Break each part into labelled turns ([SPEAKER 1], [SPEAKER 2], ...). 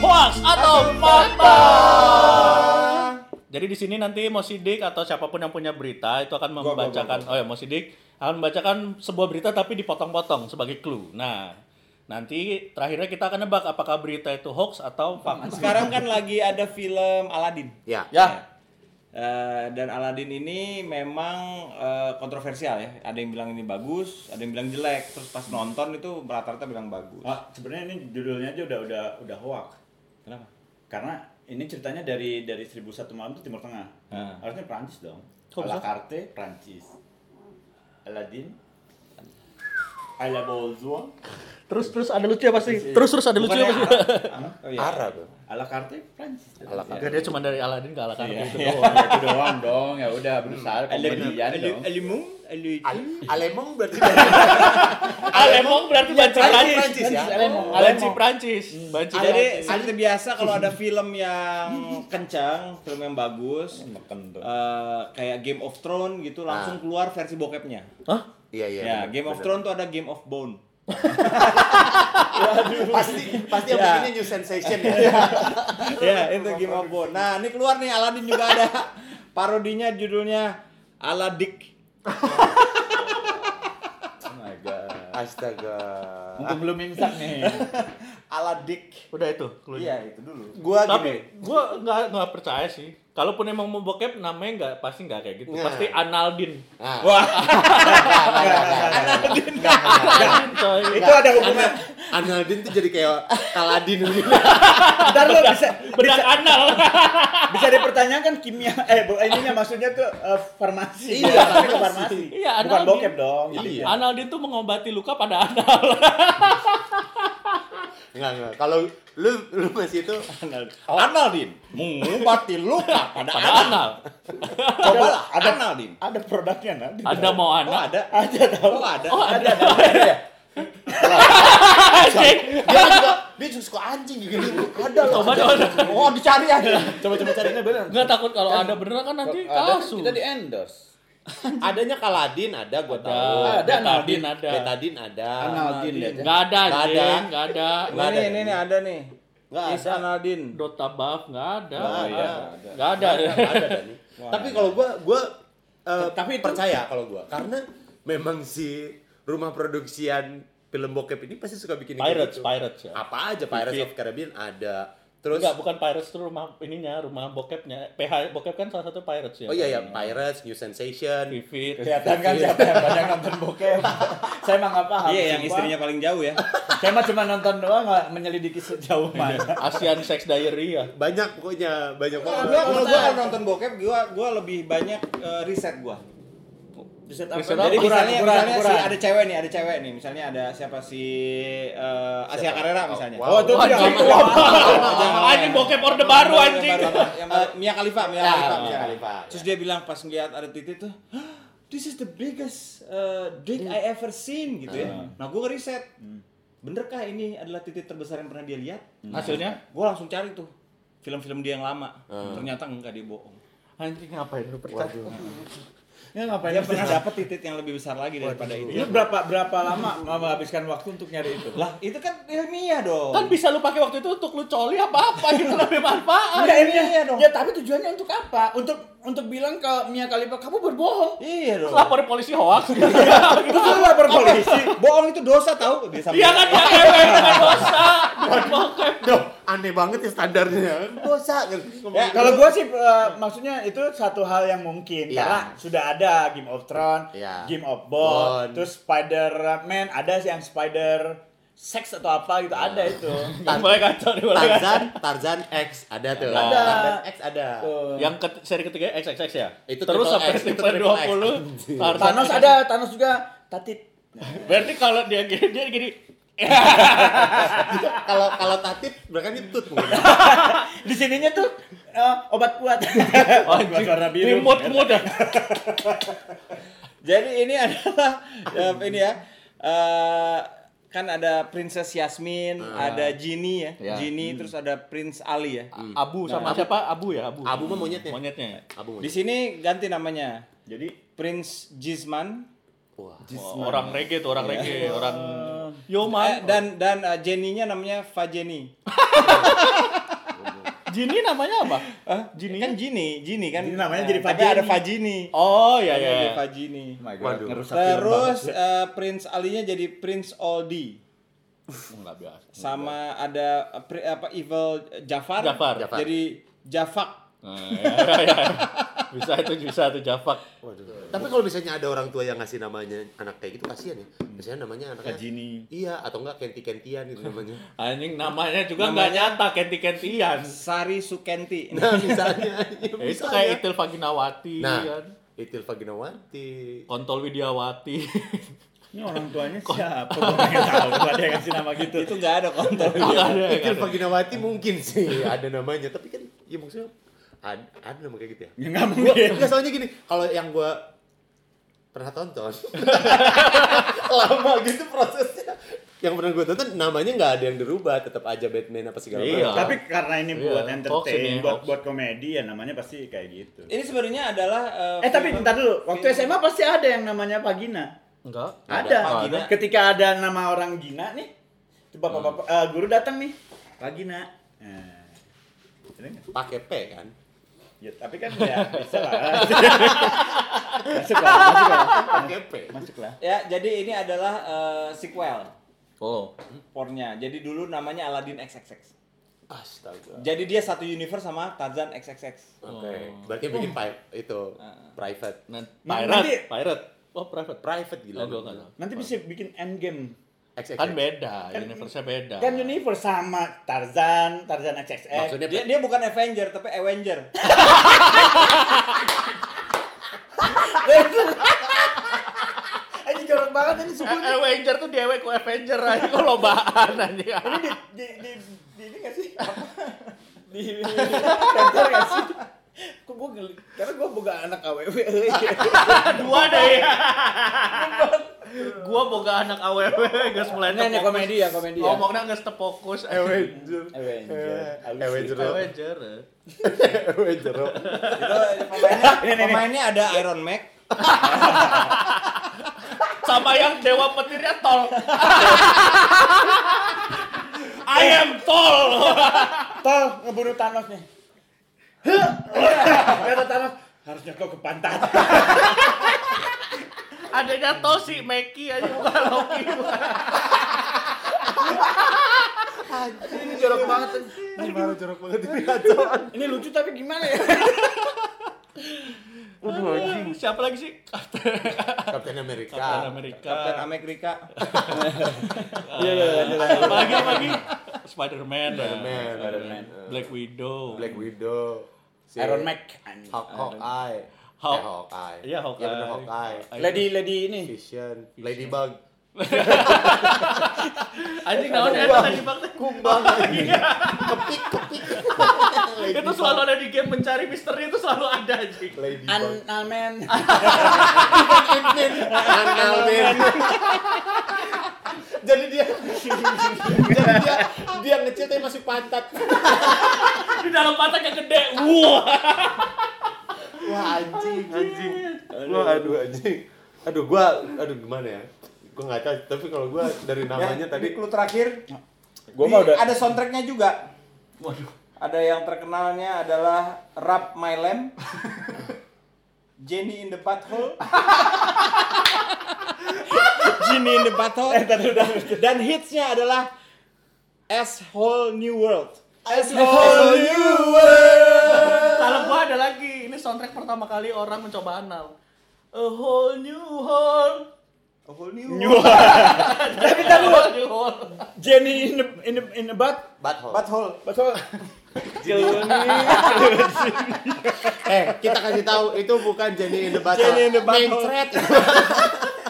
[SPEAKER 1] hoax atau fakta. Jadi di sini nanti Mo Sidik atau siapapun yang punya berita itu akan
[SPEAKER 2] gua,
[SPEAKER 1] membacakan oh ya Mo Sidik akan membacakan sebuah berita tapi dipotong-potong sebagai clue. Nah, nanti terakhirnya kita akan nebak apakah berita itu hoax atau fakta.
[SPEAKER 3] Sekarang kan lagi ada film Aladin.
[SPEAKER 4] Ya.
[SPEAKER 1] Ya,
[SPEAKER 3] dan Aladin ini memang eh, kontroversial ya. Ada yang bilang ini bagus, ada yang bilang jelek. Terus pas nonton itu rata-rata bilang bagus.
[SPEAKER 2] Wah, Oh, sebenarnya ini judulnya aja udah udah udah hoak.
[SPEAKER 3] Kenapa?
[SPEAKER 2] Karena ini ceritanya dari dari 1001 malam itu Timur Tengah.
[SPEAKER 3] Hmm.
[SPEAKER 2] Harusnya Prancis dong.
[SPEAKER 1] Kok
[SPEAKER 2] Ala
[SPEAKER 1] bisa?
[SPEAKER 2] carte Prancis. Aladdin. Ala Bolzua.
[SPEAKER 1] terus terus ada lucu ya pasti. Terus terus ada lucu ya
[SPEAKER 3] Bukannya
[SPEAKER 1] pasti.
[SPEAKER 4] Eh,
[SPEAKER 3] Arab. Oh, iya.
[SPEAKER 4] Arab.
[SPEAKER 2] Ala carte Prancis.
[SPEAKER 4] Ala carte.
[SPEAKER 1] Enggak, dia cuma dari Aladin ke Alakan
[SPEAKER 2] Iya,
[SPEAKER 1] gitu
[SPEAKER 2] iya.
[SPEAKER 1] doang.
[SPEAKER 2] Itu doang dong. Ya udah berusaha komedian dong.
[SPEAKER 3] Alimung,
[SPEAKER 4] Al- Alemong berarti
[SPEAKER 1] Alemong Ah, berarti banci
[SPEAKER 4] Prancis,
[SPEAKER 1] Prancis.
[SPEAKER 4] ya.
[SPEAKER 1] Banci Prancis. Banci
[SPEAKER 3] Jadi
[SPEAKER 1] Prancis.
[SPEAKER 3] seperti biasa kalau ada film yang kencang, film yang bagus, eh, kayak Game of Thrones gitu langsung
[SPEAKER 4] Hmm, Ah.
[SPEAKER 3] keluar versi bokepnya.
[SPEAKER 1] Hah?
[SPEAKER 4] Iya iya.
[SPEAKER 3] ya,
[SPEAKER 4] bener,
[SPEAKER 3] Game of
[SPEAKER 4] bener.
[SPEAKER 3] Thrones tuh ada Game of Bone.
[SPEAKER 4] Pasti pasti yang
[SPEAKER 3] Ya.
[SPEAKER 4] bikinnya new sensation ya.
[SPEAKER 3] ya, itu Game of Bone. Nah, ini keluar nih Aladdin juga ada parodinya judulnya Aladik.
[SPEAKER 2] Oh my god.
[SPEAKER 4] Astaga.
[SPEAKER 2] Mumpung belum imsak nih.
[SPEAKER 3] Aladik.
[SPEAKER 1] Udah itu. clue-nya.
[SPEAKER 2] Iya, itu dulu.
[SPEAKER 4] Gua
[SPEAKER 1] Tapi
[SPEAKER 4] gini.
[SPEAKER 1] gue nggak nggak percaya sih. Kalaupun emang mau bokep namanya nggak pasti nggak kayak gitu.
[SPEAKER 4] Nah.
[SPEAKER 1] Pasti Analdin.
[SPEAKER 4] Nah,
[SPEAKER 3] Wah,
[SPEAKER 4] Analdin.
[SPEAKER 1] Analdin coy.
[SPEAKER 3] itu ada hubungan.
[SPEAKER 4] Analdin tuh jadi kayak Kaladin gitu.
[SPEAKER 2] Ntar lo bisa
[SPEAKER 1] Bedak anal.
[SPEAKER 2] bisa dipertanyakan kimia eh bu, ininya maksudnya tuh eh, farmasi.
[SPEAKER 4] Iya,
[SPEAKER 2] Tapi ke farmasi.
[SPEAKER 1] Iya, ada
[SPEAKER 2] Bukan
[SPEAKER 1] lagi.
[SPEAKER 2] bokep dong. gitu ya. Jadi
[SPEAKER 4] Iya.
[SPEAKER 1] Analdin tuh mengobati luka pada anal.
[SPEAKER 4] Enggak enggak. Kalau lu lu masih itu
[SPEAKER 3] Analdin mengobati luka pada
[SPEAKER 1] Pada
[SPEAKER 3] anak.
[SPEAKER 1] anal.
[SPEAKER 3] Coba lah, Analdin.
[SPEAKER 2] ada produknya nah.
[SPEAKER 1] Anda mau
[SPEAKER 3] Oh,
[SPEAKER 1] anal?
[SPEAKER 3] ada. Ada tahu. Oh, ada.
[SPEAKER 1] Oh,
[SPEAKER 2] Ada ada. ada, ya?
[SPEAKER 1] Anjing.
[SPEAKER 4] dia juga dia juga suka anjing gitu. Ada loh.
[SPEAKER 1] Coba dong.
[SPEAKER 4] Oh, dicari aja.
[SPEAKER 2] Coba coba cari ini benar.
[SPEAKER 1] Nggak takut kalau ada beneran kan nanti kasus.
[SPEAKER 5] Kita di endorse.
[SPEAKER 4] Adanya Kaladin ada gua
[SPEAKER 1] Ada.
[SPEAKER 4] tahu.
[SPEAKER 5] Ada
[SPEAKER 1] Betadin ada.
[SPEAKER 4] Betadin ada.
[SPEAKER 5] Analgin ya.
[SPEAKER 1] Nggak ada
[SPEAKER 4] Nggak ada.
[SPEAKER 1] anjing. Nggak ada.
[SPEAKER 3] Ini nih, ini nih ada nih.
[SPEAKER 4] Nggak
[SPEAKER 3] Is Analdin.
[SPEAKER 1] Dota buff nggak ada.
[SPEAKER 4] Nggak ada.
[SPEAKER 1] Nggak ada.
[SPEAKER 4] ada Dani. Tapi kalau gua gua eh, percaya kalau gua karena memang si rumah produksian film bokep ini pasti suka bikin kayak
[SPEAKER 1] Pirates,
[SPEAKER 4] gitu.
[SPEAKER 1] pirates ya.
[SPEAKER 4] Apa aja Pirates
[SPEAKER 1] Dikit.
[SPEAKER 4] of Caribbean ada. Terus
[SPEAKER 1] Enggak, bukan Pirates itu rumah ininya, rumah bokepnya. PH bokep kan salah satu Pirates ya.
[SPEAKER 4] Oh iya ya, Pirates, New Sensation.
[SPEAKER 1] Vivid.
[SPEAKER 2] Kelihatan kan siapa yang banyak nonton bokep. Saya mah nggak paham.
[SPEAKER 3] Iya, yang
[SPEAKER 2] sumpah.
[SPEAKER 3] istrinya paling jauh ya.
[SPEAKER 2] Saya mah cuma nonton doang nggak menyelidiki sejauh mana.
[SPEAKER 1] Asian Sex Diary ya.
[SPEAKER 4] Banyak pokoknya, banyak
[SPEAKER 3] Kalau
[SPEAKER 4] banget.
[SPEAKER 3] gua kalau gua kalau nonton bokep gua gua lebih banyak eh, riset gua. Riset apa?
[SPEAKER 1] Riset
[SPEAKER 3] Jadi
[SPEAKER 1] apa?
[SPEAKER 3] misalnya
[SPEAKER 2] Ukuran,
[SPEAKER 3] misalnya
[SPEAKER 2] ukuran,
[SPEAKER 3] si
[SPEAKER 2] ukuran.
[SPEAKER 3] ada cewek nih, ada cewek nih. Misalnya ada siapa si eh, Asia Carrera misalnya.
[SPEAKER 4] Wow. Oh, itu
[SPEAKER 1] Wah,
[SPEAKER 2] tidak.
[SPEAKER 1] anjing tua banget. Anjing bokep orde baru anjing.
[SPEAKER 3] Yang baru- Mia Khalifa, Mia
[SPEAKER 4] Ya,
[SPEAKER 3] Khalifa, Ah,
[SPEAKER 4] Mia
[SPEAKER 3] Mia
[SPEAKER 4] Khalifa,
[SPEAKER 3] Khalifa. Terus dia bilang pas ngeliat ada titik tuh, "Hah, this is the biggest uh, dick I ever seen gitu ya. Nah, gua ngeriset. Benerkah ini adalah titik terbesar yang pernah dia lihat?
[SPEAKER 4] Hmm.
[SPEAKER 1] Hasilnya
[SPEAKER 3] Gua langsung cari tuh film-film dia yang lama. Ternyata enggak dia bohong.
[SPEAKER 1] anjing ngapain lu percaya?
[SPEAKER 2] Ya ngapain?
[SPEAKER 3] Dia pernah dapat titik yang lebih besar lagi daripada itu.
[SPEAKER 2] Lu berapa berapa lama menghabiskan waktu untuk nyari itu?
[SPEAKER 3] Lah, itu kan ilmiah dong.
[SPEAKER 1] Kan bisa lu pakai waktu itu untuk lu coli apa apa gitu lebih manfaat.
[SPEAKER 3] Enggak, Iya, ilmiah dong.
[SPEAKER 5] Ya tapi tujuannya untuk apa? Untuk untuk bilang ke Mia Khalifa kamu berbohong.
[SPEAKER 3] Iya dong.
[SPEAKER 1] Lapor polisi
[SPEAKER 4] Iya,
[SPEAKER 1] hoax.
[SPEAKER 3] Terus lu lapor polisi. Bohong itu dosa tahu dia sampai.
[SPEAKER 1] Iya kan ya cewek bukan dosa. Bukan bokep.
[SPEAKER 4] Duh, aneh banget ya standarnya.
[SPEAKER 1] Iya.
[SPEAKER 4] gitu. Dosa.
[SPEAKER 2] Ya, kalau gua sih eh, maksudnya itu satu hal yang mungkin
[SPEAKER 4] Iya.
[SPEAKER 2] karena sudah ada Game of Thrones,
[SPEAKER 4] Iya.
[SPEAKER 2] Game of Ball,
[SPEAKER 4] Bond.
[SPEAKER 2] terus Spider-Man, ada sih yang Spider Sex atau apa gitu ada itu.
[SPEAKER 1] Boleh kacau nih, boleh kacau.
[SPEAKER 4] Tarzan, Tarzan X ada tuh.
[SPEAKER 1] Ada.
[SPEAKER 4] Tarzan X ada.
[SPEAKER 2] Tuh.
[SPEAKER 1] Yang ke, seri ketiga XXX ya?
[SPEAKER 4] Itu
[SPEAKER 1] Terus
[SPEAKER 4] triple
[SPEAKER 1] sampai
[SPEAKER 4] X, itu
[SPEAKER 1] Stephen
[SPEAKER 4] triple X.
[SPEAKER 1] 20 Tarzan
[SPEAKER 5] Thanos ada, Thanos juga tatit.
[SPEAKER 1] Berarti kalau dia gini, dia gini
[SPEAKER 4] Kalau kalau tatip berarti itu tut mungkin.
[SPEAKER 2] Di sininya tuh eh, obat kuat.
[SPEAKER 1] anjing,
[SPEAKER 2] warna biru.
[SPEAKER 1] remote-remote ya.
[SPEAKER 3] Jadi ini adalah ya, ini ya. eh, kan ada Princess Yasmin, ada Genie ya. Genie terus ada Prince Ali ya.
[SPEAKER 1] Abu sama siapa? Abu ya, Abu.
[SPEAKER 4] Abu mah monyetnya.
[SPEAKER 1] Monyetnya. ya?
[SPEAKER 4] Abu.
[SPEAKER 3] Di sini ganti namanya.
[SPEAKER 2] Jadi
[SPEAKER 3] Prince Jisman
[SPEAKER 4] Wah.
[SPEAKER 1] Wah, orang reggae tuh, orang reggae, orang Yo
[SPEAKER 3] eh,
[SPEAKER 1] man.
[SPEAKER 3] dan dan eh, Jenny-nya namanya Fajeni.
[SPEAKER 1] Jini namanya apa?
[SPEAKER 3] Hah?
[SPEAKER 1] Jini?
[SPEAKER 3] Kan Jini, Jini kan.
[SPEAKER 2] Jini namanya jadi
[SPEAKER 3] Tapi
[SPEAKER 2] Fajini.
[SPEAKER 3] ada Fajini.
[SPEAKER 1] Oh iya iya.
[SPEAKER 3] Namanya Jadi Fajini.
[SPEAKER 2] Oh my
[SPEAKER 4] Waduh.
[SPEAKER 2] ngerusak film
[SPEAKER 3] Terus
[SPEAKER 2] banget.
[SPEAKER 3] eh, Prince Ali-nya jadi Prince Oldie.
[SPEAKER 1] Enggak Oh, biasa.
[SPEAKER 3] Sama ada eh, pri- apa Evil Jafar.
[SPEAKER 1] Jafar.
[SPEAKER 4] Jafar.
[SPEAKER 3] Jadi Jafak.
[SPEAKER 1] Nah, ya, ya, ya. Bisa itu bisa itu Jafak.
[SPEAKER 4] Tapi kalau misalnya ada orang tua yang ngasih namanya anak kayak gitu kasihan ya. Misalnya namanya anaknya
[SPEAKER 2] Kajini.
[SPEAKER 4] Iya, atau enggak kenti-kentian gitu namanya.
[SPEAKER 1] Anjing namanya juga nggak nyata
[SPEAKER 3] Iya.
[SPEAKER 1] kenti-kentian.
[SPEAKER 3] Sari Sukenti.
[SPEAKER 4] Nah, misalnya, ya,
[SPEAKER 1] Ya, itu
[SPEAKER 4] misalnya.
[SPEAKER 1] kayak Itil Vaginawati
[SPEAKER 4] Nah,
[SPEAKER 1] kan.
[SPEAKER 4] Itil Vaginawati.
[SPEAKER 1] Kontol Widiawati.
[SPEAKER 2] Ini orang tuanya siapa? Gue pengen tahu kalau ada yang ngasih nama gitu.
[SPEAKER 3] Itu nggak ada kontol.
[SPEAKER 1] Nggak ada, nggak
[SPEAKER 4] Itil
[SPEAKER 1] ada.
[SPEAKER 4] Vaginawati mungkin sih ada namanya, tapi kan ya maksudnya ada, ada nama kayak gitu ya.
[SPEAKER 1] Iya.
[SPEAKER 2] Ya nggak
[SPEAKER 4] Gua,
[SPEAKER 2] mungkin.
[SPEAKER 4] enggak, soalnya gini, kalau yang gua pernah tonton lama gitu prosesnya. Yang pernah gua tonton namanya nggak ada yang dirubah, tetap aja Batman apa segala
[SPEAKER 1] Iya.
[SPEAKER 4] macam.
[SPEAKER 2] Tapi karena ini buat
[SPEAKER 1] Iya, hoax ini,
[SPEAKER 2] entertain, buat
[SPEAKER 1] hoax.
[SPEAKER 2] buat komedi ya namanya pasti kayak gitu.
[SPEAKER 3] Ini sebenarnya adalah eh,
[SPEAKER 2] Eh tapi
[SPEAKER 3] film-
[SPEAKER 2] ntar dulu, waktu SMA pasti ada yang namanya Pak Gina.
[SPEAKER 1] Enggak.
[SPEAKER 2] Ada.
[SPEAKER 1] Nggak
[SPEAKER 3] Gina.
[SPEAKER 2] Ketika ada nama orang Gina nih, bapak-bapak eh, guru datang nih, Pak Gina. Nah, ada nggak?
[SPEAKER 4] Pakai P kan.
[SPEAKER 2] Ya, tapi kan ya bisa lah. masuklah, masuklah,
[SPEAKER 4] Pakai P.
[SPEAKER 2] masuklah.
[SPEAKER 3] Ya, jadi ini adalah eh, sequel
[SPEAKER 1] Oh.
[SPEAKER 3] pornya. Jadi dulu namanya Aladdin XXX.
[SPEAKER 4] Astaga.
[SPEAKER 3] Jadi dia satu universe sama Tarzan XXX.
[SPEAKER 4] Oke. Berarti bikin pi- itu private.
[SPEAKER 1] Nan-
[SPEAKER 2] Nah,
[SPEAKER 1] pirate,
[SPEAKER 2] nanti-
[SPEAKER 1] pirate. Oh, private.
[SPEAKER 4] Private gila.
[SPEAKER 1] Oh, gua nggak tahu.
[SPEAKER 2] Nanti bisa bikin endgame.
[SPEAKER 4] XX.
[SPEAKER 1] Kan beda, universe-nya beda.
[SPEAKER 2] Kan universe sama Tarzan, Tarzan XXX.
[SPEAKER 4] Maksudnya
[SPEAKER 3] Dia dia bukan Avenger tapi Avenger.
[SPEAKER 2] Ini jorok banget ini suku.
[SPEAKER 1] A- Eh, Avenger tuh dewek ku Avenger aja kok lombaan anjing.
[SPEAKER 2] Ini di di di, di ini nggak sih? Apa? di di- di- kantor nggak sih? Kok gue geli? Karena gue boga anak AWW.
[SPEAKER 1] Dua deh. Gua boga anak AWW guys mulai
[SPEAKER 3] Ini
[SPEAKER 1] terfokus.
[SPEAKER 3] komedi ya, komedi ya.
[SPEAKER 1] Ngomongnya nggak terfokus Avenger.
[SPEAKER 3] Avenger.
[SPEAKER 4] Avenger.
[SPEAKER 1] Avenger.
[SPEAKER 4] Avenger.
[SPEAKER 3] Itu pemainnya, pemainnya ada Iron Mac,
[SPEAKER 1] Sama yang dewa petirnya tol. I am tol.
[SPEAKER 2] Tol ngebunuh Thanos nih. Iya. Kata Thanos harusnya kau ke pantat.
[SPEAKER 1] Adanya tol si Meki aja bukan Loki.
[SPEAKER 4] Ini jorok banget. Ini baru jorok banget ini kacau.
[SPEAKER 2] Ini lucu tapi gimana ya?
[SPEAKER 1] Aduh, Siapa lagi sih?
[SPEAKER 4] Captain America.
[SPEAKER 1] Captain America.
[SPEAKER 2] Eh.
[SPEAKER 3] Captain America.
[SPEAKER 1] Iya iya. Apa lagi apa lagi? Spider-Man.
[SPEAKER 4] Spider-Man.
[SPEAKER 2] Spider-Man.
[SPEAKER 4] Eh,
[SPEAKER 1] Black Widow.
[SPEAKER 4] Black Widow. Si
[SPEAKER 2] Iron Mac.
[SPEAKER 4] Hawk, Hawkeye.
[SPEAKER 1] Hawk.
[SPEAKER 4] Eh, Hawkeye.
[SPEAKER 1] Iya, Hawkeye.
[SPEAKER 4] Iya bener, Hawkeye.
[SPEAKER 2] Lady Lady ini.
[SPEAKER 4] Vision. Ladybug.
[SPEAKER 1] Anjing naon ya tadi Bang?
[SPEAKER 4] Kumbang. Kepik, kepik.
[SPEAKER 1] Itu selalu ada di game mencari misteri itu selalu ada anjing.
[SPEAKER 4] Ladybug.
[SPEAKER 2] Anamen.
[SPEAKER 4] Anal Man. Jadi dia jadi dia dia ngecil tapi masuk pantat.
[SPEAKER 1] Di dalam pantat yang gede. Wah.
[SPEAKER 4] Wah anjing, anjing. Wah aduh anjing. Aduh gua aduh gimana ya? Gua nggak tahu tapi kalau gua dari namanya
[SPEAKER 3] Ya,
[SPEAKER 4] tadi
[SPEAKER 3] clue terakhir.
[SPEAKER 2] Gua
[SPEAKER 3] Di-
[SPEAKER 2] mah udah-
[SPEAKER 3] ada soundtracknya juga. Waduh. Ada yang terkenalnya adalah Rap My Lamb. Jenny in the Butthole. Jenny in the Butthole. Dan hitsnya adalah S Whole New World. S Whole New
[SPEAKER 1] Kalau gua ada lagi. Ini soundtrack pertama kali orang mencoba anal. A whole new world.
[SPEAKER 3] A whole new
[SPEAKER 2] New
[SPEAKER 3] world.
[SPEAKER 1] Tapi kan new world.
[SPEAKER 2] Jenny in the in the in the butt.
[SPEAKER 4] butthole.
[SPEAKER 3] Butthole.
[SPEAKER 2] Betul.
[SPEAKER 4] eh, kita kasih tahu itu bukan Jenny in the Butthole.
[SPEAKER 3] Jenny in the Butthole.
[SPEAKER 4] Mencret.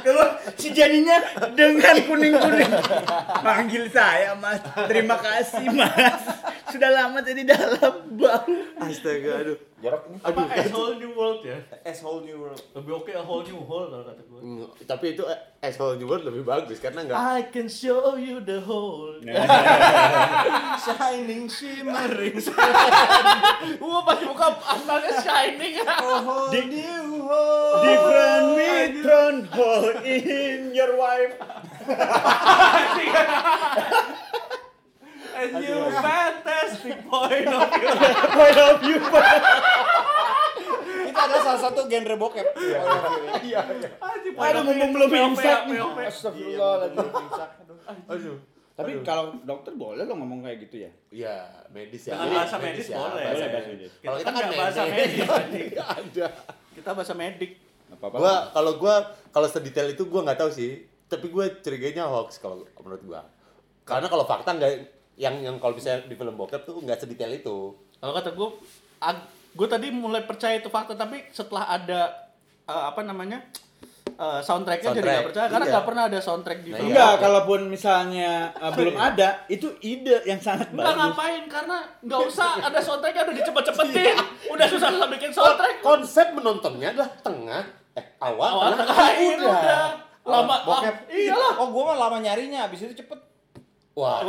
[SPEAKER 2] Keluar si Jenny-nya dengan kuning-kuning. Panggil saya, Mas. Terima kasih, Mas. Sudah lama jadi dalam bau.
[SPEAKER 4] Astaga, aduh.
[SPEAKER 2] Jorok ini.
[SPEAKER 4] Aduh.
[SPEAKER 1] A whole new world ya.
[SPEAKER 3] S Whole New World.
[SPEAKER 1] Lebih oke a whole new world kalau kata gua.
[SPEAKER 4] Hmm, Tapi itu asshole New World lebih bagus karena
[SPEAKER 3] Ah,
[SPEAKER 4] enggak
[SPEAKER 1] I can show you the whole
[SPEAKER 3] Shining shimmering.
[SPEAKER 1] Wah pas buka analnya shining
[SPEAKER 3] A whole
[SPEAKER 2] Di-
[SPEAKER 3] new world.
[SPEAKER 2] Different mitron hole in your wife.
[SPEAKER 1] Eh
[SPEAKER 3] and you fantastic point of view.
[SPEAKER 2] Point of view, Pak.
[SPEAKER 3] Itu adalah salah satu genre bokep.
[SPEAKER 4] Iya,
[SPEAKER 2] Aduh, mumpung belum imsak nih.
[SPEAKER 5] Astagfirullahaladzim.
[SPEAKER 4] Aduh.
[SPEAKER 5] Tapi kalau dokter boleh lo ngomong kayak gitu ya?
[SPEAKER 4] Iya, medis ya.
[SPEAKER 1] Dengan
[SPEAKER 4] Iya,
[SPEAKER 1] bahasa medis boleh.
[SPEAKER 4] bahasa
[SPEAKER 1] Boleh,
[SPEAKER 4] medis.
[SPEAKER 1] bahasa
[SPEAKER 4] Kalau
[SPEAKER 1] medis.
[SPEAKER 4] kita kan
[SPEAKER 1] Nggak bahasa medis, anjing.
[SPEAKER 4] Nggak ada.
[SPEAKER 1] Kita bahasa medik.
[SPEAKER 5] Nggak apa-apa.
[SPEAKER 4] Gua kalau gua kalau sedetail itu gua nggak tahu sih, tapi gua curiganya hoax kalau menurut gua. Karena kalau fakta nggak yang yang kalau bisa di film bokep tuh nggak sedetail itu.
[SPEAKER 1] Kalau kata gue, gue tadi mulai percaya itu fakta, tapi setelah ada eh, apa namanya eh, soundtracknya jadi
[SPEAKER 4] Soundtrack.
[SPEAKER 1] nggak percaya karena
[SPEAKER 4] Iya.
[SPEAKER 1] nggak pernah ada soundtrack di
[SPEAKER 4] Nah,
[SPEAKER 1] film.
[SPEAKER 4] iya.
[SPEAKER 2] Enggak, kalaupun misalnya uh, belum
[SPEAKER 5] Iya.
[SPEAKER 2] ada, itu ide yang sangat
[SPEAKER 1] Enggak
[SPEAKER 2] bagus.
[SPEAKER 1] ngapain karena nggak usah ada soundtracknya udah dicepet-cepetin. Udah susah-susah bikin soundtrack.
[SPEAKER 4] Konsep menontonnya adalah tengah eh awal,
[SPEAKER 1] Awal
[SPEAKER 4] tengah,
[SPEAKER 1] tengah,
[SPEAKER 4] akhir,
[SPEAKER 1] udah. Lama,
[SPEAKER 4] bokep.
[SPEAKER 1] lama. Iyalah.
[SPEAKER 3] Oh, gua mah lama nyarinya, abis itu cepet.
[SPEAKER 4] Wah,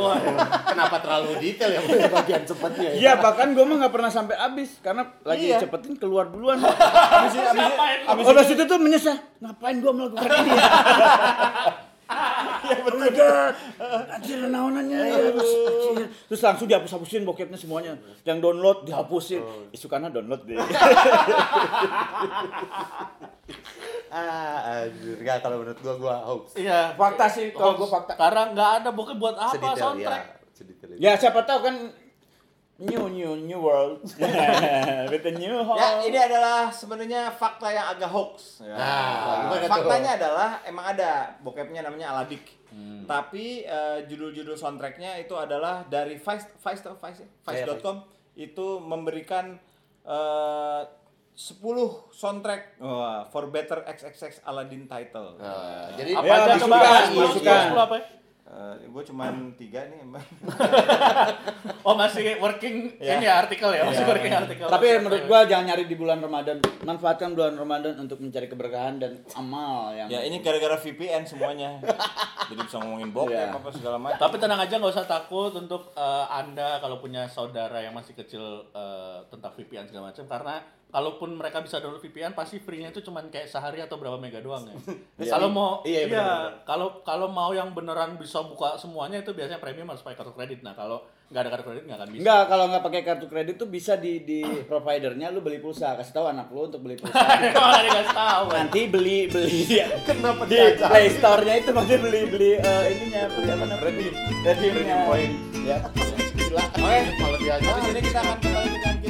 [SPEAKER 4] kenapa terlalu detail ya? yang bagian cepetnya ya?
[SPEAKER 2] Iya, bahkan gue mah nggak pernah sampai habis karena lagi cepetin keluar duluan.
[SPEAKER 3] Abis itu, abis itu,
[SPEAKER 1] Ngapain?
[SPEAKER 2] Abis Udah situ Oh, tuh menyesal. Ngapain gue melakukan ini? ya? Udah, anjir naonannya ya. anjir. Terus langsung dihapus-hapusin bokepnya semuanya. Yang download dihapusin. Isu karena download deh.
[SPEAKER 4] Ah, anjir. Nggak, kalau menurut gua gua hoax.
[SPEAKER 1] Iya.
[SPEAKER 5] Fakta sih,
[SPEAKER 2] Oh,
[SPEAKER 5] kalau
[SPEAKER 1] Hoax.
[SPEAKER 5] gua fakta.
[SPEAKER 1] Karena nggak ada bokep buat apa
[SPEAKER 4] Sedetail, ya.
[SPEAKER 1] soundtrack.
[SPEAKER 4] Sedetail itu.
[SPEAKER 2] Ya siapa tahu kan new new new world with a
[SPEAKER 3] Ya,
[SPEAKER 2] new home.
[SPEAKER 3] ini adalah sebenarnya fakta yang agak hoax. Ya.
[SPEAKER 4] Nah, gimana tuh?
[SPEAKER 3] faktanya adalah emang ada bokepnya namanya Aladik. Tapi eh, judul-judul soundtracknya itu adalah dari Vice Vice tau Vice
[SPEAKER 4] Iya,
[SPEAKER 3] Vice.com itu memberikan eh, 10 soundtrack wah, for better XXX Aladdin title.
[SPEAKER 4] Nah, jadi
[SPEAKER 1] Apa
[SPEAKER 2] Ya,
[SPEAKER 1] aja coba?
[SPEAKER 2] masukan,
[SPEAKER 1] Sepuluh, sepuluh,
[SPEAKER 2] masukan.
[SPEAKER 1] sepuluh apa ya?
[SPEAKER 3] gue Eh, cuman tiga nih emang.
[SPEAKER 1] Oh masih working ini ya artikel ya, masih working artikel.
[SPEAKER 2] Tapi menurut gua jangan nyari di bulan Ramadan. Manfaatkan bulan Ramadan untuk mencari keberkahan dan amal yang
[SPEAKER 3] ya ini gara-gara VPN semuanya. Jadi bisa ngomongin bokep
[SPEAKER 2] Iya.
[SPEAKER 3] apa segala macam.
[SPEAKER 1] Tapi tenang aja nggak usah takut untuk eh, Anda kalau punya saudara yang masih kecil eh, tentang VPN segala macam karena kalaupun mereka bisa download VPN pasti free-nya itu cuman kayak sehari atau berapa mega doang ya. Kalau mau
[SPEAKER 4] Iya,
[SPEAKER 1] iya,
[SPEAKER 4] benar,
[SPEAKER 1] kalau kalau mau yang beneran bisa buka semuanya itu biasanya premium harus pakai kartu kredit. Nah, kalau nggak ada kartu kredit nggak akan bisa.
[SPEAKER 2] Enggak, kalau nggak pakai kartu kredit tuh bisa di di providernya lu beli pulsa. Kasih tahu anak lu untuk beli pulsa.
[SPEAKER 1] Kalau nggak dikasih tahu.
[SPEAKER 2] Nanti beli beli
[SPEAKER 4] kenapa
[SPEAKER 2] di Play Store-nya itu maksudnya beli beli eh, ininya apa sih, apa namanya? Redeem.
[SPEAKER 4] Jadi poin. Ya. Gila.
[SPEAKER 3] Oke.
[SPEAKER 4] Kalau dia
[SPEAKER 2] Oh,
[SPEAKER 3] Di sini kita akan kembali dengan